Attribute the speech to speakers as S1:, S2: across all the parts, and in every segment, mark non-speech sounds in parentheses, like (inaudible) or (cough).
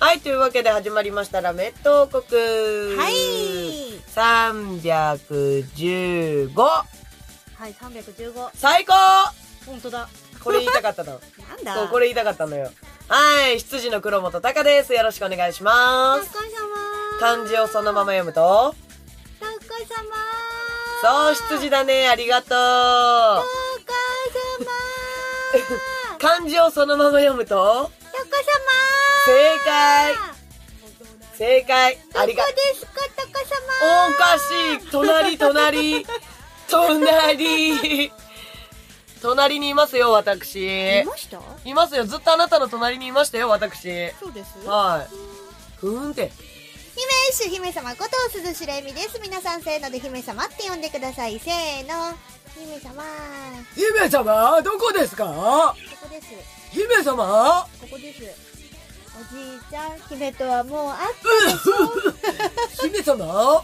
S1: はい、というわけで始まりましたラメット王国。
S2: はい
S1: 315
S2: はい315
S1: 最高
S2: 本当だ
S1: これ言いたかったの
S2: なんだ
S1: そうこれ言いたかったのよはい羊の黒本隆ですよろしくお願いしま
S2: お疲れ
S1: す
S2: 様
S1: 漢字をそのまま読むと
S2: お疲れ様
S1: そう羊だねありがと
S2: お
S1: う
S2: 疲れ様お
S1: 漢字をそのまま読む
S2: 疲
S1: と正
S2: れ
S1: 解
S2: 様
S1: 正解ありが
S2: どこですかタカ
S1: お
S2: 様
S1: かしい隣隣隣隣にいますよ私
S2: いました
S1: いますよずっとあなたの隣にいましたよ私
S2: そうです
S1: はいふーんって
S2: 姫主姫様こと鈴しれみです皆さんせーので姫様って呼んでくださいせーの姫様
S1: 姫様どこですか
S2: ここです
S1: 姫様
S2: ここですおじいちゃん姫とはもうあ
S1: 姫様
S2: は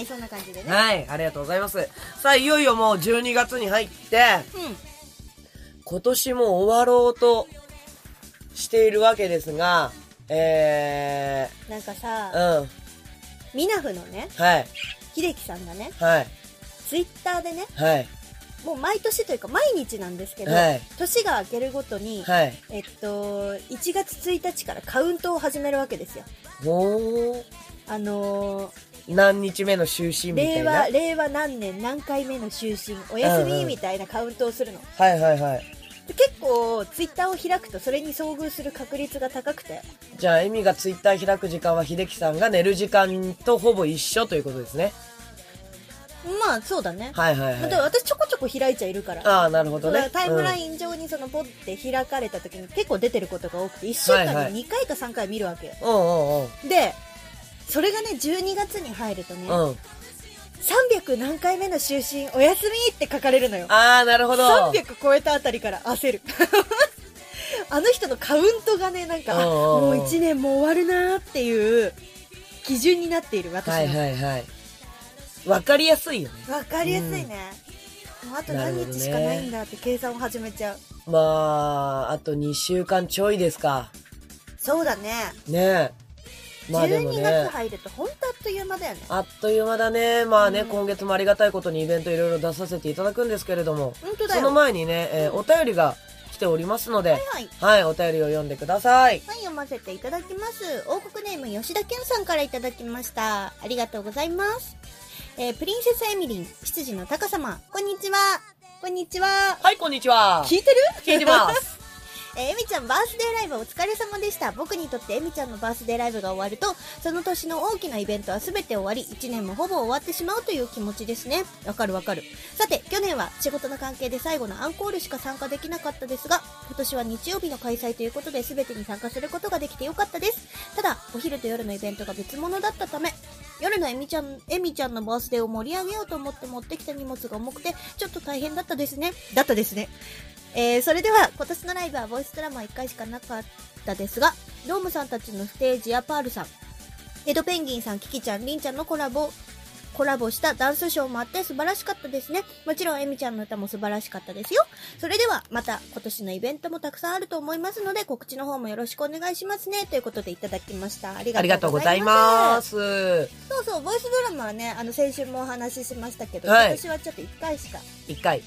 S2: いそんな感じでね
S1: はい、ありがとうございます。さあ、いよいよもう12月に入って、
S2: うん
S1: 今年も終わろうとしているわけですが、え
S2: なんかさ
S1: ー、うん、
S2: ミナフのね
S1: はい、
S2: 秀樹さんがね
S1: はい、
S2: ツイッターでね
S1: はい、
S2: もう毎年というか毎日なんですけど、
S1: はい
S2: 年が明けるごとに、
S1: はい。
S2: えっと1月1日からカウントを始めるわけですよ
S1: おー、
S2: あのー
S1: 何日目の就寝みた
S2: 令
S1: いな。
S2: 和
S1: はい
S2: 令和何年何回目の就寝お休みみたいなカウントをするの、
S1: はいはい。
S2: で結構ツイッターを開くとそれに遭遇する確率が高くて
S1: じゃあ、エミがツイッター開く時間は、秀樹さんが寝る時間とほぼ一緒ということですね。
S2: まあそうだね、
S1: はいはい
S2: だから
S1: はい。
S2: 私ちょこちょこ開いちゃいるから
S1: ああ、なるほ
S2: そ
S1: ど
S2: うだからタ
S1: ね。
S2: イムラ
S1: ン。
S2: イン上にそのポッて開かれた時に結構出てることが多くて1週間に2回か3回見るわけよ、
S1: うんうんうん。
S2: でそれがね12月に入るとね、
S1: うん。
S2: 300何回目の就寝お休みって書かれるのよ
S1: ああ、なるほど。
S2: 300超えたあたりから焦る (laughs) あの人のカウントがねなんかあ
S1: おうおう
S2: も
S1: おう
S2: う1年も終わるなーっていう基準になっている私の、
S1: はいはいはい。わかりやすいよね。
S2: わかりやすいね、もうあと何日しかないんだって計算を始めちゃう、
S1: まあ、あと2週間ちょいですか。
S2: そうだね
S1: ねえ。まあでも
S2: 12月
S1: ね。
S2: 入ると本当あっという間だよね
S1: あっという間だね。まあね、
S2: うん
S1: 今月もありがたいことにイベントいろいろ出させていただくんですけれども、
S2: 本当だ
S1: そ
S2: よ
S1: の前にね、えーお便りが来ておりますので、
S2: はい
S1: はい、お便りを読んでください。
S2: はい、読ませていただきます。王国ネーム吉田健さんからいただきました。ありがとうございます。えープリンセスエミリン、執事のタカ様、こんにちは。こんにちは。
S1: はい、こんにちは。
S2: 聞いてる。
S1: 聞いてます
S2: (laughs) えーエミちゃんバースデーライブお疲れ様でした。僕にとってエミちゃんのバースデーライブが終わると、その年の大きなイベントは全て終わり、1年もほぼ終わってしまうという気持ちですね。わかるわかる。さて、去年は仕事の関係で最後のアンコールしか参加できなかったですが、今年は日曜日の開催ということで全てに参加することができてよかったです。ただ、お昼と夜のイベントが別物だったため、夜のエミちゃん、エミちゃんのバースデーを盛り上げようと思って持ってきた荷物が重くて、ちょっと大変だったですね。だったですね。えーそれでは今年のライブはボイスドラマ1回しかなかったですがドームさんたちのステージやパールさんエドペンギンさんキキちゃんりんちゃんのコラボコラボしたダンスショーもあって素晴らしかったですねもちろんエミちゃんの歌も素晴らしかったですよそれではまた今年のイベントもたくさんあると思いますので告知の方もよろしくお願いしますねということでいただきましたあり
S1: あり
S2: が
S1: が
S2: と
S1: と
S2: う
S1: う
S2: ご
S1: ご
S2: ざ
S1: ざ
S2: い
S1: い
S2: ます
S1: ます。
S2: そうそうボイスドラマはねあの先週もお話ししましたけど、
S1: はい
S2: 今年はちょっと1回しか
S1: 一回。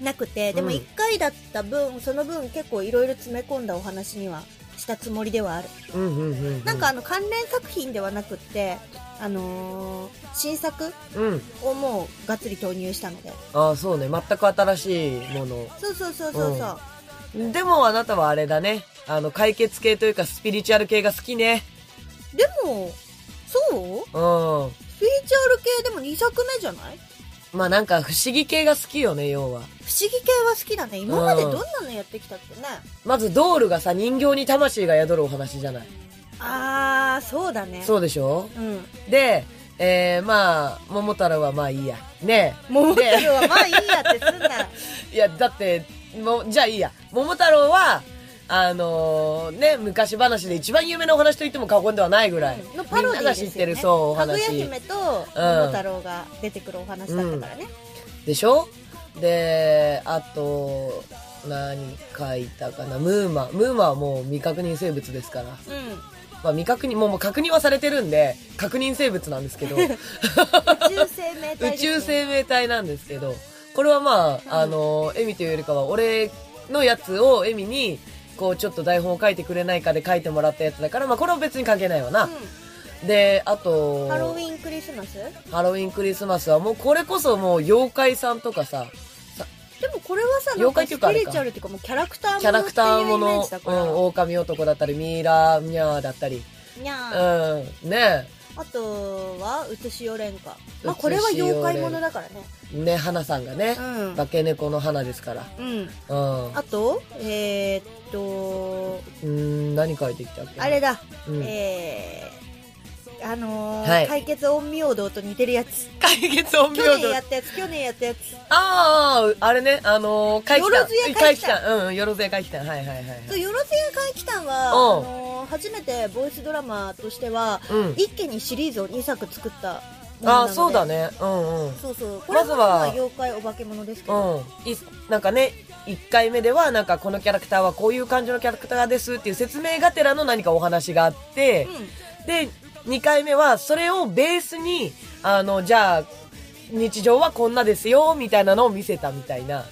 S2: なくてでも
S1: うん
S2: 1回だった分、その分結構いろいろ詰め込んだお話にはしたつもりではある、
S1: うんうんうん、うん。
S2: なんか、あの関連作品ではなくってあのー新作
S1: うん。
S2: をもうがっつり投入したので
S1: ああ、そうね。全く新しいもの
S2: そうそうそうそうそう、
S1: うんでもあなたはあれだね。あの、解決系というかスピリチュアル系が好きね。
S2: でもそう
S1: うん。
S2: スピリチュアル系でも2作目じゃない
S1: まあなんか不思議系が好きよね、要は。
S2: 不思議系は好きだね。今までどんなのやってきたっけね。
S1: まずドールがさ、人形に魂が宿るお話じゃない。
S2: あー、そうだね。
S1: そうでしょ
S2: うん。
S1: で、えー、まあ、桃太郎はまあいいや。ねえ。
S2: 桃太
S1: で
S2: 郎はまあいいやってすんな。
S1: (laughs) いや、だって、もうじゃあいいや。桃太郎は、あのーね、昔話で一番有名なお話と言っても過言ではないぐらい。
S2: のパロディ
S1: みん
S2: ー
S1: な
S2: で
S1: が
S2: す
S1: 知
S2: よ、ね。
S1: ってる、そう、お
S2: かぐや
S1: 話。
S2: 姫と桃太郎が出てくるお話だったからね。
S1: でしょで、あと、何書いたかな。ムーマ。ムーマはもう未確認生物ですから。
S2: うん。
S1: まあ未確認、もうもう確認はされてるんで、確認生物なんです
S2: (laughs)
S1: けど、
S2: 宇宙生命体、ね。
S1: 宇宙。生命体なんですけど、これはまあ、あの、エミというよりかは、俺のやつをエミに、こうちょっと台本を書いてくれないかで書いてもらったやつだから、まあこれは別に関係ないわな。で、あ
S2: う
S1: と、
S2: ん。ハロウィンクリスマス
S1: ハロウィンクリスマスはもうこれこそもう妖怪さんとかさ、
S2: でもこれはさ、なん
S1: 妖
S2: か
S1: 怪
S2: ス
S1: と
S2: ピ
S1: いうかあれ
S2: リ
S1: か
S2: チュアルっていうかもうキャラクターも
S1: キャラクターも
S2: のっていうイメー
S1: の、
S2: ジだ
S1: う
S2: から。
S1: ん、狼男だったり、ミイラ、ミャーだったり、
S2: にゃ
S1: う
S2: ー。
S1: ん、ね
S2: あとは、うつしおれんか。まあ
S1: うつしおれ
S2: これ
S1: ん
S2: は妖怪ものだからね。
S1: ね、花さんがね、化け猫の花ですから。
S2: うん。うん。
S1: うん。
S2: あと、えー、っと、
S1: うーん、何書いてきたっけ
S2: あれ、だ、
S1: うん
S2: えー、あのー
S1: はい
S2: 解決陰陽道と似てるやつ。
S1: 解決音
S2: 去
S1: 明
S2: 年
S1: 度
S2: や。ったやつ、去年やったやつ。
S1: ああ、あれね、あのー、怪奇
S2: よろずや怪
S1: 譚。怪
S2: 奇
S1: 奇
S2: 譚
S1: 譚。うん、よろずや怪奇譚。はいはいはいはい。
S2: そう、よろずや怪奇譚は、あ
S1: うん
S2: のー初めてボイスドラマとしては、
S1: うん。
S2: 一気にシリーズを2作作ったものな
S1: あ
S2: の
S1: あ、
S2: で。
S1: そうだ。ね。うんうん。
S2: そうそう。これ
S1: まず
S2: は
S1: は
S2: まあ妖怪お化け物ですけど。
S1: うん、いなんかね1回目ではなんかこのキャラクターはこういう感じのキャラクターですっていう説明がてらの何かお話があって、で2回目はそれをベースにあのじゃあ日常はこんなですよみたいなのを見せたみたいな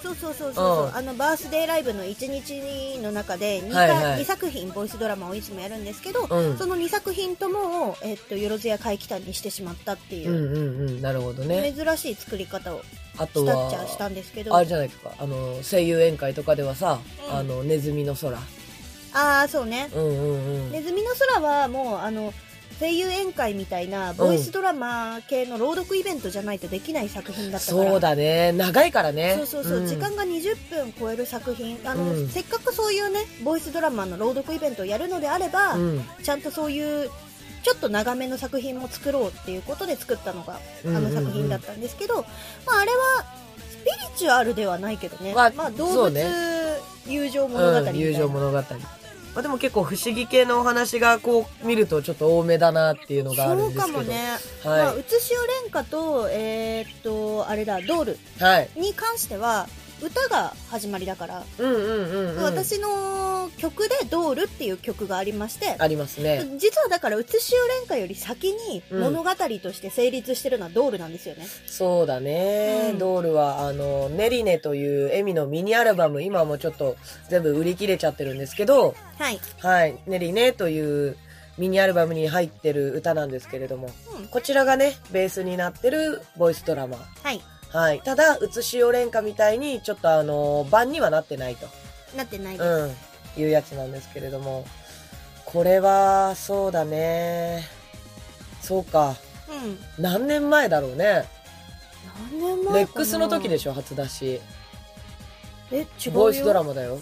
S2: そうそうそうそう、う
S1: うん
S2: あのバースデーライブの1日の中で 2,
S1: はいはい
S2: 2作品ボイスドラマをいつもやるんですけど、
S1: うん
S2: その2作品ともを、えっと、よろずや怪奇譚にしてしまったっていうう、
S1: んうんうんなるほどね
S2: 珍しい作り方を
S1: あと
S2: したっちゃし
S1: は
S2: たんですけど
S1: あれじゃないですかあの声優宴会とかではさ、
S2: うん
S1: あのネズミの空
S2: ああそうね
S1: うんうんう
S2: ネ
S1: ん
S2: ズミの空はもうあの声優宴会みたいなボイスドラマ系の朗読イベントじゃないとできない作品だったから、
S1: そうだね長いからね
S2: そうそうそう、
S1: ん
S2: 時間が20分超える作品あの、
S1: うん
S2: せっかくそういうねボイスドラマの朗読イベントをやるのであれば、
S1: うん
S2: ちゃんとそういうちょっと長めの作品も作ろうっていうことで作ったのがあ
S1: うんうん
S2: の
S1: うん
S2: 作品だったんですけど、まあ、あれはスピリチュアルではないけどね、
S1: まあ
S2: まあ、動
S1: そ
S2: 物、
S1: うね
S2: 友情物語みたいな、
S1: うん、友情物語、まあ、でも結構不思議系のお話がこう見るとちょっと多めだなっていうのがある
S2: そ
S1: ん
S2: う
S1: で
S2: か
S1: すけど
S2: もね、
S1: はい
S2: まあ、うつしおれんかと,、えーっとあれだドール
S1: はい
S2: に関しては歌が始まりだから、
S1: うんうんうん、うん、
S2: 私の曲で「ドール」っていう曲がありまして
S1: ありますね
S2: 実はだから「うつしおれんか」より先に
S1: うん
S2: 物語として成立してるのは「ドール」なんですよね、
S1: そうだね、
S2: うん
S1: ドールはあの「ネリネ」というエミのミニアルバム今もちょっと全部売り切れちゃってるんですけど
S2: はい、
S1: 「はい、ネリネ」というミニアルバムに入ってる歌なんですけれども
S2: うん
S1: こちらがねベースになってるボイスドラマ
S2: はい、
S1: はいただ「うつしおれんか」みたいにちょっとあの版にはなってないと
S2: なってないです、
S1: うん、いうやつなんですけれども、これは、そうだね。そうか。
S2: うん
S1: 何年前だろうね。
S2: 何年前かな
S1: レックスの時でしょ、初出し。
S2: え違う
S1: ボイスドラ
S2: マ
S1: マだよ。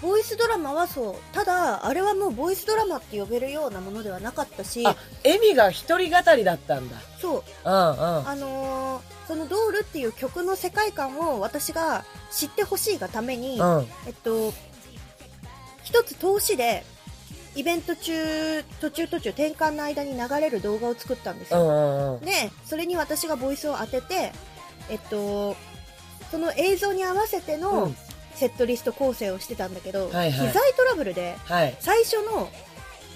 S2: ボイスドラマはそうただあれはもうボイスドラマって呼べるようなものではなかったし
S1: あ、エミが一人語りだったんだ。
S2: そう
S1: うんうん。
S2: あのーその「ドール」っていう曲の世界観を私が知ってほしいがために、
S1: うん、
S2: えっと、一つ投資で、イベント中、途中途中転換の間に流れる動画を作ったんです
S1: う
S2: よ。
S1: んうんうん。
S2: で、それに私がボイスを当てて、えっと、その映像に合わせて
S1: う
S2: の
S1: ん
S2: セットリスト構成をしてたんだけど、
S1: はいはい
S2: 機材トラブルで
S1: はい。
S2: 最初の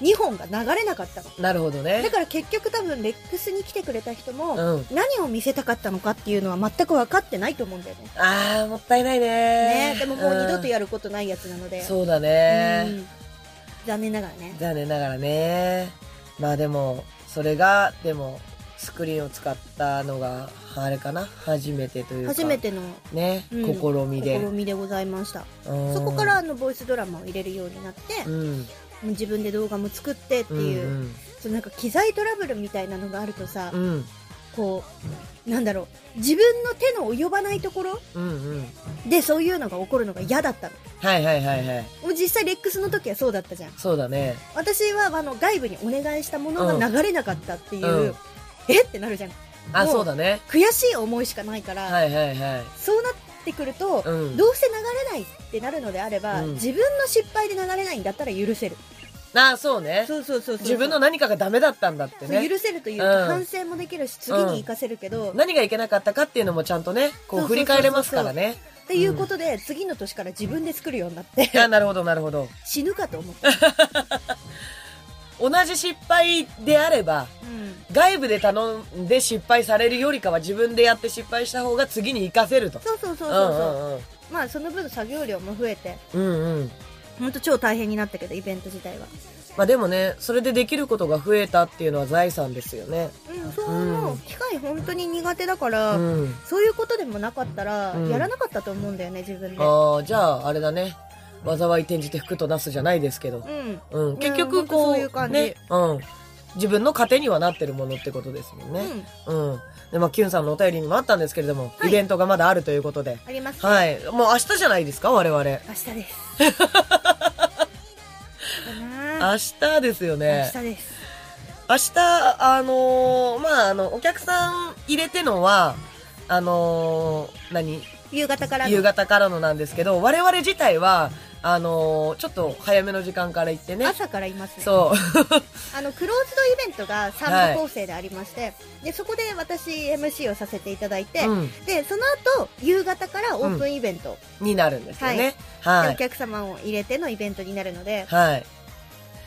S2: 2本が流れなかったの。
S1: なるほど
S2: だ
S1: ね。
S2: から結局多分レックスに来てくれた人
S1: う
S2: も、
S1: ん。
S2: 何を見せたかったのかっていうのは全く分かってないと思うんだよね。
S1: あー、もったいないね。
S2: ねでももう二度と
S1: や
S2: やることないやつなので。
S1: そうだ
S2: う
S1: ね。
S2: ん残念ながらね
S1: 残念ながらね。まあでも、それが、でも、スクリーンを使ったのが、あれかな初めてというか。
S2: 初めての
S1: ね、
S2: うん
S1: 試み
S2: 試
S1: で
S2: みでございましたそ
S1: そ
S2: こからあのボイスドラマを入れるようになって
S1: うん
S2: 自分で動画も作ってっていう、
S1: うん
S2: そうなんか機材トラブルみたいなのがあるとさ、
S1: うん
S2: こうなんだろう自分の手の及ばないところ
S1: うんうん。
S2: でそういうのが起こるのが嫌だったの
S1: はいはいはいはい。
S2: もう実際レックスの時はそうだったじゃん
S1: そうだね。
S2: 私はあの外部にお願いしたものが流れなかったっていう、
S1: うん
S2: えってなるじゃん
S1: あ、
S2: もう
S1: そうだね。
S2: 悔しい思いしかないから、
S1: はいはいはい。
S2: そうなってくると、
S1: うん。
S2: どうせ流れないってなるのであれば、
S1: うん
S2: 自分の失敗で流れないんだったら許せる
S1: あ、そうね。
S2: そうそうそうそう
S1: 自分の何かがダメだったんだっ
S2: そ
S1: て
S2: う
S1: ね。
S2: 許せるというか、
S1: うん
S2: 反省もできるし次に生かせるけど、っ
S1: 何がいけなかったかっていうのもちゃんとね、こう
S2: そうそうそうそう
S1: 振り返れますからね。
S2: ていうことで、次の年から自分で作るようにな (laughs) って
S1: あ、なるほどなるほど。
S2: 死ぬかと思った、
S1: 同じ失敗であれば、外部で頼んで失敗されるよりかは自分でやって失敗した方が次に活かせると。
S2: そうそうそうそううんそう、
S1: うん
S2: まあその分作業量も増えて
S1: うん。うんうん。
S2: 本当超大変になったけどイベント自体は
S1: まあでもね、それでできることが増えたっていうのは財産ですよね。
S2: うんそう思う、
S1: うん
S2: 機械本当に苦手だか
S1: う
S2: ら、
S1: ん。
S2: そういうことでもなかったら、
S1: うん
S2: やらなかったと思うんだよね自分で
S1: ああ、じゃああれだね。災い転じて福となすじゃないですけど。
S2: うん
S1: うん、
S2: いや
S1: 結局
S2: 本
S1: こ
S2: 当
S1: う
S2: そういう感じ
S1: ねうん、自分の糧にはなってるものってことですもん
S2: う
S1: ね。
S2: ん
S1: うんでまあ、キュンさんのお便りにもあったんですけれども、
S2: はい
S1: イベントがまだあるということで、
S2: ありますね、
S1: はい、もう明日じゃないですか我々明
S2: 明日です
S1: (laughs)
S2: だなあ
S1: 日ですよね
S2: 明日です
S1: 明日あのーまああのお客さん入れてのはあのー何
S2: 夕方からの
S1: 夕方からのなんですけど我々自体はあのーちょっと早めの時間から行ってね
S2: 朝からいますね
S1: そう
S2: あのクローズドイベントが3部構成でありまして、でそこで私 MC をさせていただいて、
S1: うん
S2: でその後夕方からオープンイベント、
S1: になるんですよねは
S2: でお
S1: い
S2: 客様を入れてのイベントになるので、
S1: は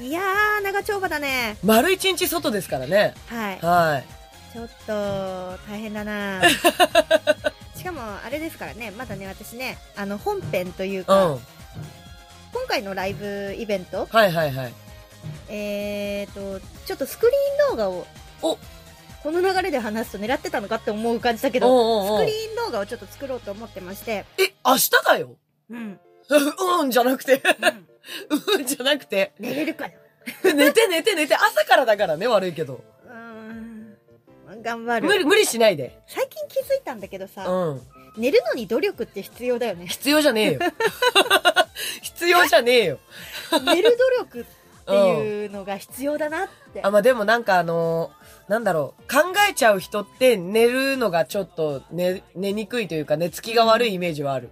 S1: い
S2: いやー長丁場だね
S1: 丸一日外ですからね。
S2: はい
S1: は
S2: ちょっと大変だ
S1: (laughs)
S2: なしかもあれですからねまだね私ねあの本編という
S1: い。うん。
S2: か、
S1: は
S2: 今回のライブイベント
S1: いはいはい。
S2: えーとちょっとスクリーン動画を
S1: お
S2: この流れで話すと狙ってたのかって思う感じだけど
S1: おうおうお
S2: ス
S1: う
S2: クリーン動画をちょっと作ろうと思ってまして、
S1: え、明日だよ (laughs)
S2: うん、
S1: うんじゃなくて。 (laughs) うんじゃなくて。
S2: 寝れるかな
S1: 寝て寝て寝て。朝からだからね、悪いけど。
S2: うーん頑張
S1: 無
S2: る
S1: 理、無理しないで。
S2: 最近気づいたんだけどさ、
S1: うん。
S2: 寝るのに努力って必要だよ
S1: (laughs)
S2: ね
S1: 必要じゃねえよ。必要じゃねえよ。
S2: 寝る努力っていうのが必要だなって
S1: あ、まあ、でもなんかあのーなんだろう。考えちゃう人って寝るのがちょっと寝、寝にくいというか寝つきが悪いイメージはある。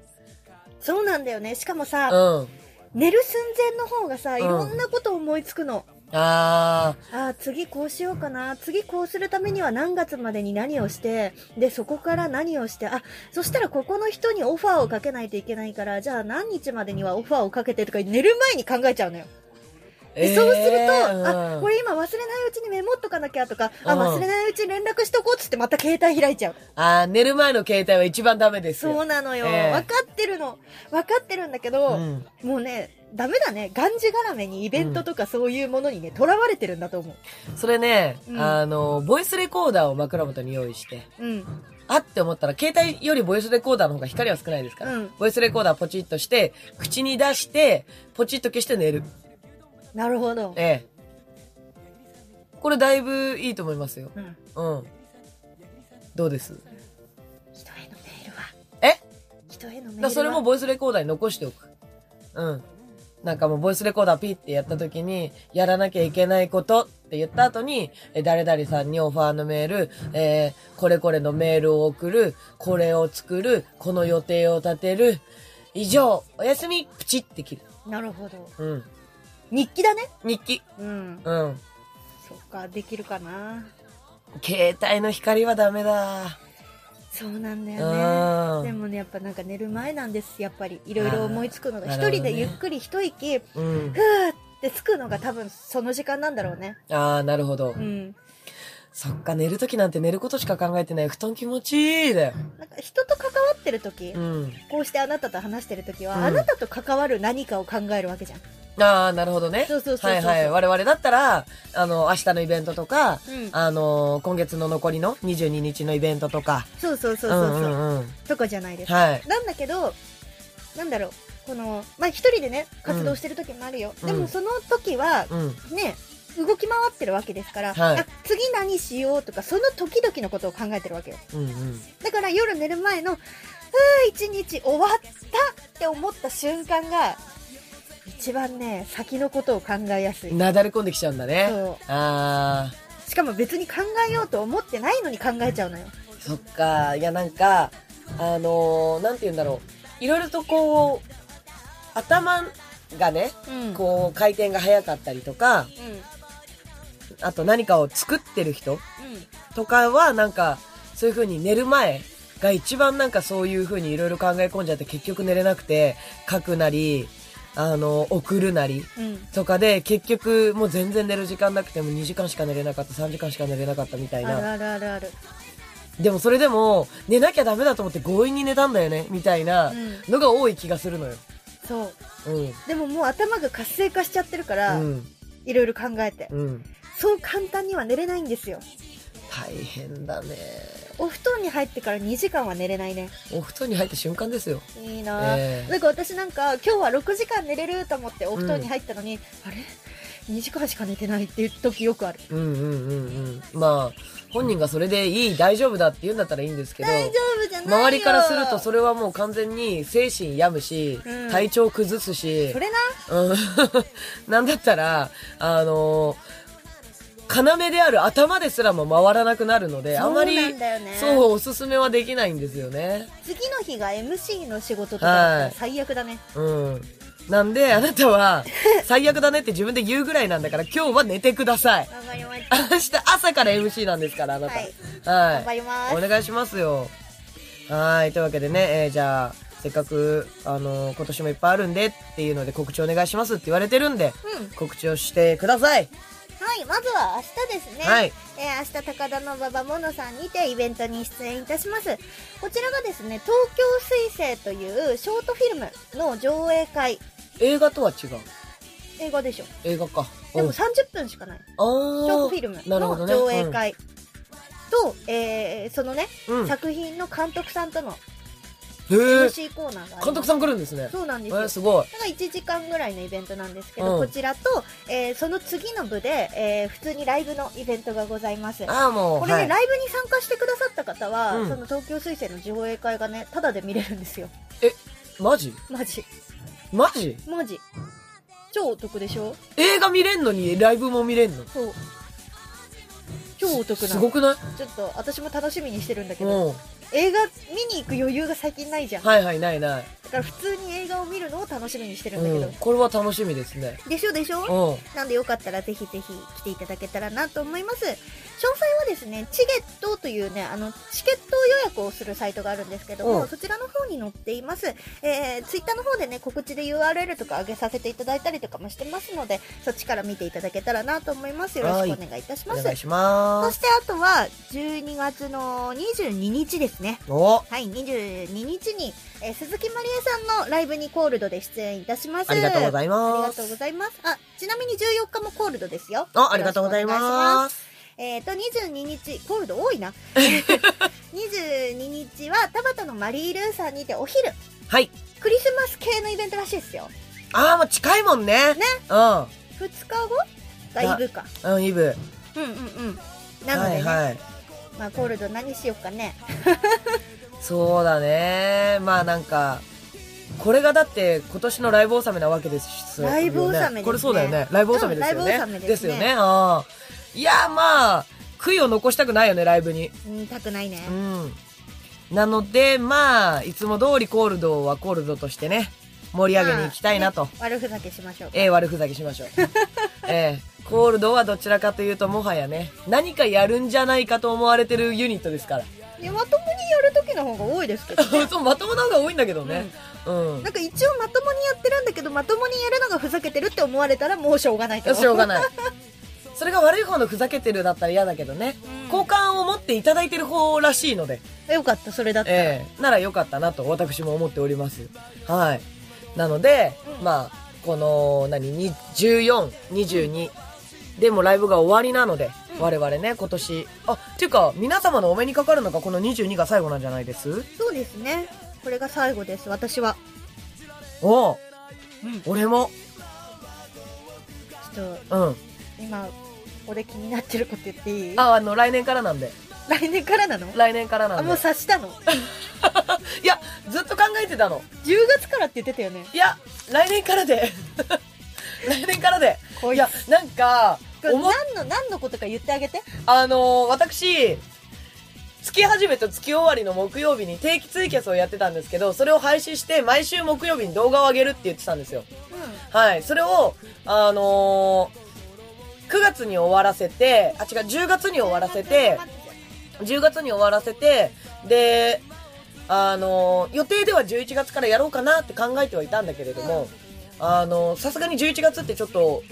S2: そうなんだよねしかも
S1: う
S2: さ、
S1: ん。
S2: 寝る寸前の方がさ
S1: ん
S2: いろんなこと思いつくの、
S1: あ
S2: ああ次こうしようかな次こうするためには何月までに何をしてでそこから何をしてあそしたらここの人にオファーをかけないといけないからじゃあ何日までにはオファーをかけてとか寝る前に考えちゃうのよ
S1: ー。
S2: でそうすると、あこ
S1: れ。
S2: れ今忘れないうちにメモっとかなきゃとか、あ
S1: うん
S2: 忘れないうちに連絡しとこうっつってまた携帯開いちゃう
S1: あー寝る前の携帯は一番ダメですよ。
S2: そうなのよ、
S1: ええ
S2: 分かってるの分かってるんだけど、
S1: ん、
S2: もうねダメだねがんじがらめにイベントとかそういうものにねとらわれてるんだと思
S1: それね、
S2: うん
S1: あのボイスレコーダーを枕元に用意して
S2: ううん
S1: あって思ったら携帯よりボイスレコーダーの方が光は少ないですから、
S2: うん
S1: ボイスレコーダーポチッとして口に出してポチッと消して寝る
S2: なるほど、
S1: ええこれだいぶいいと思いますよ
S2: うん、
S1: うんどうです
S2: 人へのメールは
S1: え
S2: 人へのメー
S1: だ
S2: ル
S1: から
S2: は
S1: それもボイスレコーダーに残しておくうんなんかもうボイスレコーダーピッてやった時にやらなきゃいけないことって言った後に、え誰々さんにオファーのメール、えーこれこれのメールを送る、これを作る、この予定を立てる、以上、おやすみ、プチって切る。
S2: なるほど
S1: うん。
S2: 日記だね
S1: 日記。
S2: うん
S1: うん。
S2: そっかできるかな
S1: 携帯の光はダメだ。
S2: そうなんだ
S1: う
S2: よ
S1: ん
S2: ねでもねやっぱなんか寝る前なんですやっぱりいろいろ思いつくのが
S1: あー
S2: 一人でゆっくり一息
S1: うん
S2: ふ。ーってつくのが多分その時間なんだろうね
S1: ああ、なるほど
S2: う。ん
S1: そっか、寝る時なんて寝ることしか考えてない。布団気持ちいいだよ。
S2: なんか人と関わってる時
S1: うん。
S2: こうしてあなたと話してる時は、
S1: うん
S2: あなたと関わる何かを考えるわけじゃん
S1: ああ、なるほどね。
S2: そうそうそうそう
S1: はいはい。我々だったら、あの、明日のイベントとか、
S2: うん
S1: あの、今月の残りの22日のイベントとか。
S2: そうそうそうそうそう,、
S1: んうんうん。
S2: とかじゃないですか
S1: はい。
S2: なんだけどなんだろうこのまあ一人でね活動してる時もあるよ、
S1: うん
S2: でもその時は
S1: うん。
S2: ね動き回ってるわけですから、
S1: はい
S2: あ次何しようとかその時々のことを考えてるわけよ
S1: うんうん。
S2: だから夜寝る前の「ふう一日終わった!」って思った瞬間が一番ね先のことを考えやすい
S1: なだれ込んできちゃうんだね。
S2: そ
S1: あ
S2: しかも別に考えようと思ってないのに考えちゃうのよ
S1: ー、そっか。いや、なんか、あのーなんて言うんだろう。いろいろとこう、頭がね、
S2: うん
S1: こう、回転が早かったりとか、
S2: うんうん
S1: あと何かを作ってる人とかは、なんか、そういう風に寝る前が一番なんかそういう風にいろいろ考え込んじゃって結局寝れなくて、書くなり、あの、送るなり
S2: うん
S1: とかで、結局もう全然寝る時間なくても2時間しか寝れなかった、3時間しか寝れなかったみたい
S2: ある
S1: な。
S2: あるあるある
S1: でもそれでも、寝なきゃダメだと思って強引に寝たんだよね、みたいな
S2: うん
S1: のが多い気がするのよ。
S2: そう
S1: うん。
S2: でももう頭が活性化しちゃってるから、
S1: うん。
S2: いろいろ考えて、
S1: うん。
S2: そう簡単には寝れないんですよ
S1: 大変だね。
S2: お布団に入ってから2時間は寝れないね
S1: お布団に入った瞬間ですよ。
S2: いいなあ、
S1: ええ
S2: なんか私なんか今日は6時間寝れると思ってお布団に入ったのに、あれ2時間しか寝てないっていう時よくある
S1: うんうんうんうん。まあ、本人がそれでいい、大丈夫だって言うんだったらいいんですけど、
S2: 大丈夫じゃないよ
S1: 周りからするとそ
S2: そ
S1: れはもう完全に精神病むし、
S2: うん
S1: 体調崩すし、
S2: れな
S1: うん (laughs) なんだったら、あの要である頭ですらも回らなくなるので、あまり
S2: そうなんだよね、
S1: そう、おすすめはできないんですよね。
S2: 次の日が MC の仕事とかだったら最悪だね、
S1: うん。なんで、あな
S2: (laughs)
S1: たは、最悪だねって自分で言うぐらいなんだから、今日は寝てください。
S2: 頑張りまし
S1: 明日朝から MC なんですから、あなた。
S2: はい
S1: は
S2: 頑張ります
S1: お願いしますよ。はい。というわけでね、えーじゃあ、せっかく、あのー今年もいっぱいあるんでっていうので告知お願いしますって言われてるんで、
S2: うん
S1: 告知をしてください。
S2: はい、まずは明日ですね。
S1: はい
S2: えー明日高田の馬場ものさんにてイベントに出演いたします。こちらがですね、東京水星というショートフィルムの上映会、
S1: 映画とは違う。
S2: 映画でしょ。
S1: 映画か。
S2: で
S1: うん
S2: も30分しかない。
S1: あ
S2: ショ
S1: ー
S2: ートフィルム
S1: なるほど
S2: の
S1: ね
S2: 上映会と、えーそのね、
S1: うん。うん、へ
S2: 作品の監督さんとの
S1: え。
S2: MC コーナーがあります。
S1: 監督さん来るんですね。
S2: そうなんで
S1: え
S2: すよ
S1: ー、。すごい。
S2: だから1時間ぐらいのイベントなんですけど、
S1: うん
S2: こちらと、えーその次の部で、えー普通にライブのイベントがございます。
S1: ああ、もう。
S2: これね、
S1: はい、
S2: ライブに参加してくださった方は、
S1: うん
S2: その東京水星の上映会がねタダで見れるんですよ
S1: マジ
S2: マジ
S1: マジ
S2: マジ超お得でしょ
S1: 映画見れんのにライブも見れんの
S2: そう超お得な
S1: す
S2: の
S1: ごくない
S2: ちょっと私も楽しみにしてるんだけど
S1: うん。
S2: 映画見に行く余裕が最近ないじゃんだ
S1: はいはい、ないない。
S2: から普通に映画を見るのを楽しみにしてるんだけ
S1: う
S2: ど、
S1: ん。これは楽しみですね。
S2: でしょでしょ
S1: うん。
S2: なんでよかったらぜひぜひ来ていただけたらなと思います。詳細はですね、チゲットというね、あの、チケット予約をするサイトがあるんですけど
S1: う
S2: も、
S1: ん
S2: そちらの方に載っています。えー、ツイッターの方でね、告知で URL とか上げさせていただいたりとかもしてますので、そっちから見ていただけたらなと思います。よろしくお願いいたしま
S1: お
S2: す。
S1: 願いしま
S2: そ
S1: す
S2: し。てあとは、12月の22日ですね。
S1: お
S2: はい、22日に、えー鈴木まりえさんのライブにコールドで出演いたします。
S1: ありがとうござ
S2: あ
S1: い
S2: り
S1: ま
S2: がとうご
S1: す。
S2: ざいます。あ、ちなみに14日もコールドですよ。
S1: あ、ありがとうござい
S2: よろしくお願いしま。
S1: ますす。
S2: えっ、と、22日、コールド多い
S1: (laughs)
S2: な。22日は、田端のマリールーさんにてお昼、
S1: はい。
S2: クリスマス系のイベントらしいですよ。
S1: あー、もう近いもんね。
S2: ね2日後がイブか。
S1: うん。うん、イブ。
S2: うんうんうん。なの
S1: は
S2: でね、
S1: いはい。
S2: まあコールド何しようかね。
S1: そうだね。まあなんか、これがだって今年のライブ納めなわけですよね
S2: ライブ納めですね
S1: これそうだよね。ライブ納めですよ
S2: うんライブ納め
S1: ね。
S2: ですね
S1: ですよね。うん。いやー、まあ、悔いを残したくないよね、ライブに。
S2: うん、たくないね
S1: う。ん。なので、まあ、いつも通りコールドはコールドとしてね、盛り上げに行きたいなと。
S2: まあね悪ふざけしましょう。
S1: えー、悪ふざけしましょう。 (laughs) えー、コールドはどちらかというともはやね、何かやるんじゃないかと思われてるユニットですから。 (laughs)
S2: ねまともにやる時の方が多いですけどね。
S1: そう、まともな方が多いんだけどね。うん。
S2: なんか一応まともにやってるんだけど、まともにやるのがふざけてるって思われたらもうしょうがないと思う。
S1: しょうがない。それが悪い方のふざけてるだったら嫌だけどね、
S2: うん
S1: 好感を持っていただいてる方らしいので、
S2: よかった、それだったら。
S1: ええなら良かったなと私も思っております。はい。なので、
S2: うん
S1: まあ、この、何、に14、22、でもライブが終わりなので、
S2: うん
S1: 我々ね、今年。あ、っていうか、皆様のお目にかかるのがこの22が最後なんじゃないです
S2: そうですね。これが最後です、私は。
S1: おう
S2: うん
S1: 俺も。
S2: ちょっと、
S1: うん。
S2: 今、俺気になってること言っていい
S1: あ、あの、来年からなんで。
S2: 来年からなの
S1: 来年からな
S2: あ
S1: ん
S2: もう
S1: で。
S2: 察したの10
S1: いや、ずっと考えてたの。
S2: 月からって言ってたよね
S1: いや、来年からで。 (laughs) 来年からで。
S2: こう
S1: い
S2: いう
S1: や、なんか、
S2: 何
S1: 思っ
S2: の何のことか言ってあげて
S1: あのー私、月始めと月終わりの木曜日に定期ツイキャスをやってたんですけど、それを廃止して毎週木曜日に動画を上げるって言ってたんですよ。
S2: う
S1: はい。それを、あのー9月に終わらせて、あ、違う、10月に終わらせて、10月に終わらせて、で、あのー予定では11月からやろうかなって考えてはいたんだけれども、あのーさすがに11月ってちょっと、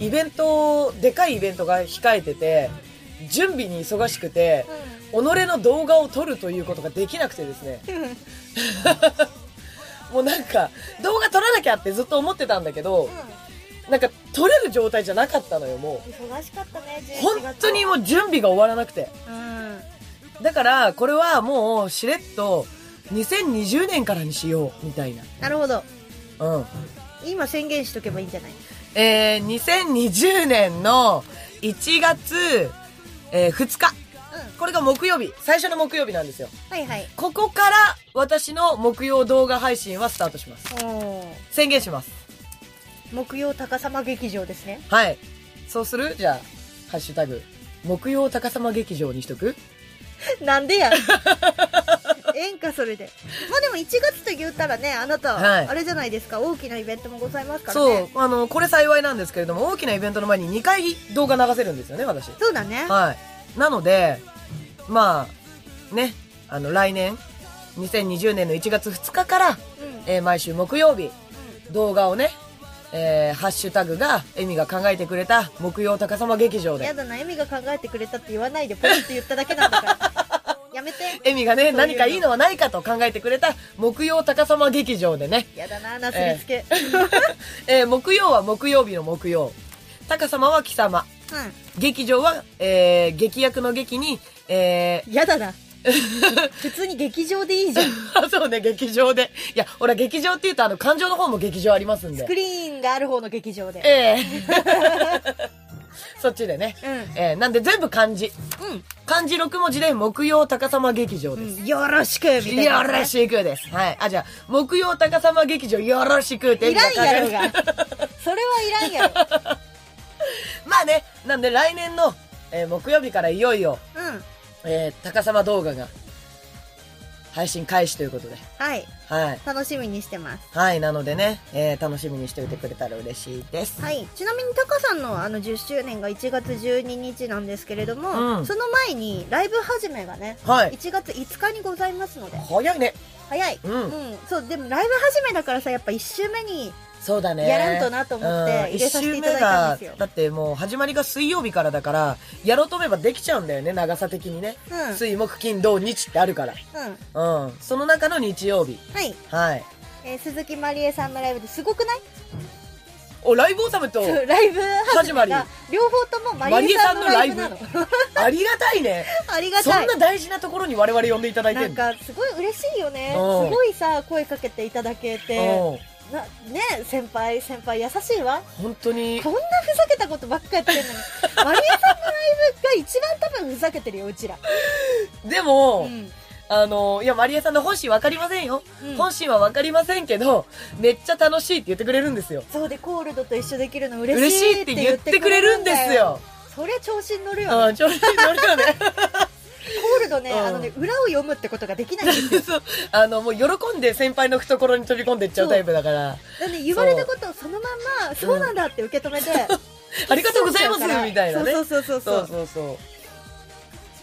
S1: イベント、でかいイベントが控えてて、準備に忙しくて、己の動画を撮るということができなくてですね、
S2: うんうん
S1: もうなんか、動画撮らなきゃってずっと思ってたんだけど、なんか撮れる状態じゃなかったのよ、も
S2: 忙しかったね11
S1: う。
S2: 月
S1: 本当にもう準備が終わらなくて。
S2: うん
S1: だから、これはもうしれっと、2020年からにしよう、みたいな。
S2: なるほど
S1: うん。
S2: 今宣言しとけばいいんじゃない
S1: えー、2020年の1月、えー2日。
S2: う
S1: これが木曜日。最初の木曜日なんですよ。
S2: んはいはい
S1: ここから私の木曜動画配信はスタートします。
S2: おー
S1: 宣言します。
S2: 木曜高様劇場ですね
S1: はい。そうするじゃあ、ハッシュタグ。木曜高様劇場にしとく
S2: なんでやええんかそれでまあでも1月と言ったらねあなた、
S1: はい
S2: あれじゃないですか大きなイベントもございますから
S1: そう
S2: ね、
S1: あの、これ幸いなんですけれども、大きなイベントの前に2回動画流せるんですよね、私。
S2: そうだね
S1: はい。なので、まあ、ね、あの、来年、2020年の1月2日から、
S2: うん
S1: えー毎週木曜日、動画をね、えーハッシュタグが、エミが考えてくれた、木曜高様劇場
S2: や
S1: で。
S2: だな、エミが考えてくれたって言わないで、ポンって言っただけなんだから。やめて。
S1: エミがね、
S2: ういうの
S1: 何かいいのはないかと考えてくれた、木曜高様劇場でね、
S2: やだな、なすりつけ。
S1: えー木曜は木曜日の木曜、高様は貴様、劇場は、えー劇薬の劇に、え
S2: う
S1: ー
S2: ん。やだな。普通に劇場でいいじゃん。
S1: あ (laughs) そうね、劇場で。いや、ほら、劇場って言うと、あの、感情の方も劇場ありますん
S2: ス
S1: で
S2: ク。リーンがある方の劇場で。
S1: ええ (laughs) そっちでね。
S2: うん
S1: ええなんで全部漢字。
S2: う
S1: 漢字6文字で、木曜高様劇場です。
S2: ん。よろしく、みたいな。
S1: よろしくです。はい。あ、じゃあ、木曜高様劇場よろしくって。
S2: いらんやろう
S1: みたいな
S2: が
S1: 感じ。
S2: それはいらんやろ。
S1: まあね、なんで来年の、えー木曜日からいよいよ、
S2: うん。
S1: えー高様動画が、配信開始ということで。
S2: はい。
S1: はい。
S2: 楽しみにしてます。
S1: はい、なのでね、えー楽しみにしておいてくれたら嬉しいです。
S2: はい。ちなみに、タカさんのあの10周年が1月12日なんですけれども、
S1: うん
S2: その前にライブ始めがね、
S1: はい。
S2: 1月5日にございますので、
S1: 早いね。
S2: 早い。
S1: うん
S2: うん、そうでもライブ始めだからさやっぱ1周目に
S1: そうだね。
S2: やらんとなと思って
S1: うん
S2: 入れさせていただいたんですよ
S1: 一周目がだってもう始まりが水曜日からだから、やろうと思えばできちゃうんだよね、長さ的にね。
S2: うんうん
S1: 水、木、金、土、日ってあるから。うん。その中の日曜日。
S2: はい、
S1: はい。
S2: えー鈴木まりえさんのライブですごくない
S1: お、ライブ収めと、
S2: そうライブ始めが
S1: 始
S2: 両方ともまりえさんのライブなの
S1: ありがたいね。
S2: ありが
S1: そん
S2: たい
S1: な大事なところに我々呼んでいただいて
S2: な
S1: る
S2: んかすごい嬉しいよねす
S1: うん
S2: ごいさ声かけていただけて
S1: うん。
S2: なね先輩先輩優しいわ
S1: 本当に
S2: こ、んなふざけたことばっかやってるのにまりえさんのライブが一番多分ふざけてるようちら、
S1: でも、
S2: うん
S1: あの、いや、マリエさんの本心わかりませんよ。
S2: うん
S1: 本心はわかりませんけど、めっちゃ楽しいって言ってくれるんですよ。
S2: そうでコールドと一緒できるの嬉
S1: 嬉
S2: し
S1: しい
S2: い
S1: っ
S2: ってて
S1: 言
S2: 言
S1: っ
S2: ってて
S1: く
S2: く
S1: れ
S2: れ
S1: る
S2: る
S1: ん
S2: ん
S1: で
S2: だよ
S1: すよ。
S2: そりゃ調子に乗るよ
S1: う
S2: ね
S1: ん、ちょうどいいのよね。 (laughs)
S2: コールドね、
S1: うん
S2: あのね裏を読むってことができないんですよ
S1: そうあのもう喜んで先輩の懐に飛び込んでっちゃうタイプだから
S2: だって言われたことをそのまんまそうなんだって受け止めて、
S1: (laughs) ありがとうございますみたいなね
S2: そうそうそうそう
S1: そ
S2: そうう
S1: そうそう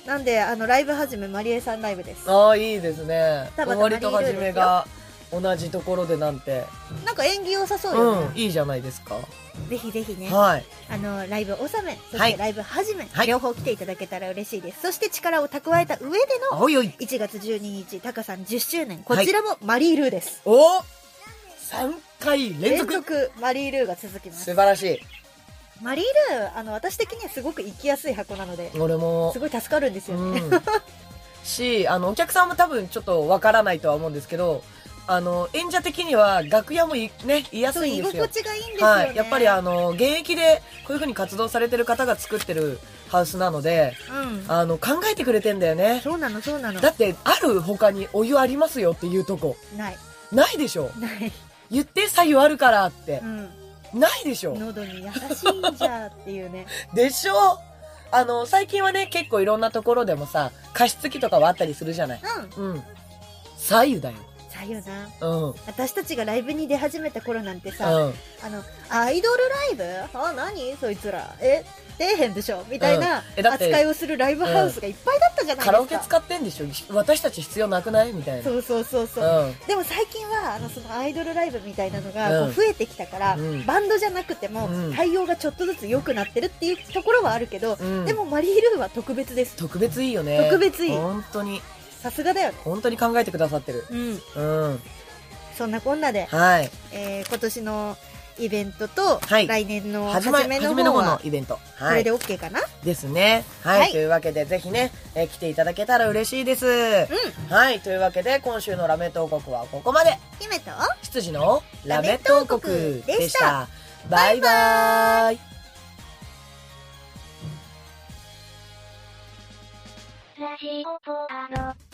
S2: なんであのライブ始めまりえさんライブです
S1: ああいいですね
S2: 田畑
S1: 割と初めが同じところでなんて
S2: なんか縁起良さそうよね
S1: う、んいいじゃないですか
S2: ぜひぜひね
S1: はい
S2: あのライブ納めそ
S1: は
S2: し
S1: い
S2: てライブ始め、
S1: はい
S2: 両方来ていただけたら嬉しいですそして力を蓄えた上での
S1: おいおい
S2: 1月12日タカさん10周年こちらもマリールーです、
S1: お三回連続
S2: 連続マリールーが続きま
S1: 素
S2: す
S1: 晴らしい
S2: マリールーあの私的にはすごく行きやすい箱なので
S1: 俺も
S2: すごい助かるんですよ
S1: う
S2: ね、
S1: んしあのお客さんも多分ちょっとわからないとは思うんですけどあの、演者的には楽屋もいね、居や
S2: そ
S1: す
S2: う、
S1: いん
S2: 居
S1: ですよ
S2: 心。地がいいんですよね。
S1: はい。やっぱりあの、現役でこういう風に活動されてる方が作ってるハウスなので、
S2: うん。
S1: あの、考えてくれてんだよね。
S2: そうなの、そうなの。
S1: だって、ある他にお湯ありますよっていうとこ、
S2: ない。
S1: ないでしょ。
S2: ない。
S1: 言って、左右あるからって
S2: う、ん。
S1: ないでしょ。
S2: 喉に優しいんじゃっていうね。
S1: でしょあの、最近はね、結構いろんなところでもさ、加湿器とかはあったりするじゃない。
S2: うん。
S1: うん。左右だよ。
S2: さよな。
S1: うん。うん。
S2: 私たちがライブに出始めた頃なんてさ、あの、アイドルライブあ、何そいつら。え、出えへんでしょみたいな
S1: うんえだって
S2: 扱いをするライブハウスがいっぱいだったじゃないですか。
S1: カラオケ使ってんでしょ私たち必要なくないみたいな。
S2: そうそうそうそう。
S1: うん。
S2: でも最近はあのそのアイドルライブみたいなのが
S1: うん
S2: こう増えてきたから、
S1: うん
S2: バンドじゃなくても
S1: うん
S2: 対応がちょっとずつ良くなってるっていうところはあるけど、
S1: うん
S2: でもマリールーは特別です
S1: 特別いいよね。
S2: 特別いい
S1: 本当に、
S2: さすがだよね
S1: 本当に考えてくださってる。
S2: うん
S1: うん。
S2: そんなこんなで、
S1: はい。
S2: えー今年のイベントと
S1: はい
S2: 来年の
S1: 始
S2: 初
S1: まり、
S2: めの方
S1: 初めの方
S2: は
S1: のイベント。
S2: こ
S1: は
S2: れ
S1: い。
S2: で OK かな、
S1: ですね。はい。
S2: はい
S1: というわけで、ぜひね、えー来ていただけたら嬉しいです。はい。というわけで、今週のラメット王国はここまで。
S2: 姫と
S1: 羊のラメット王国でした。バイバーイ。
S3: ラジオポアド。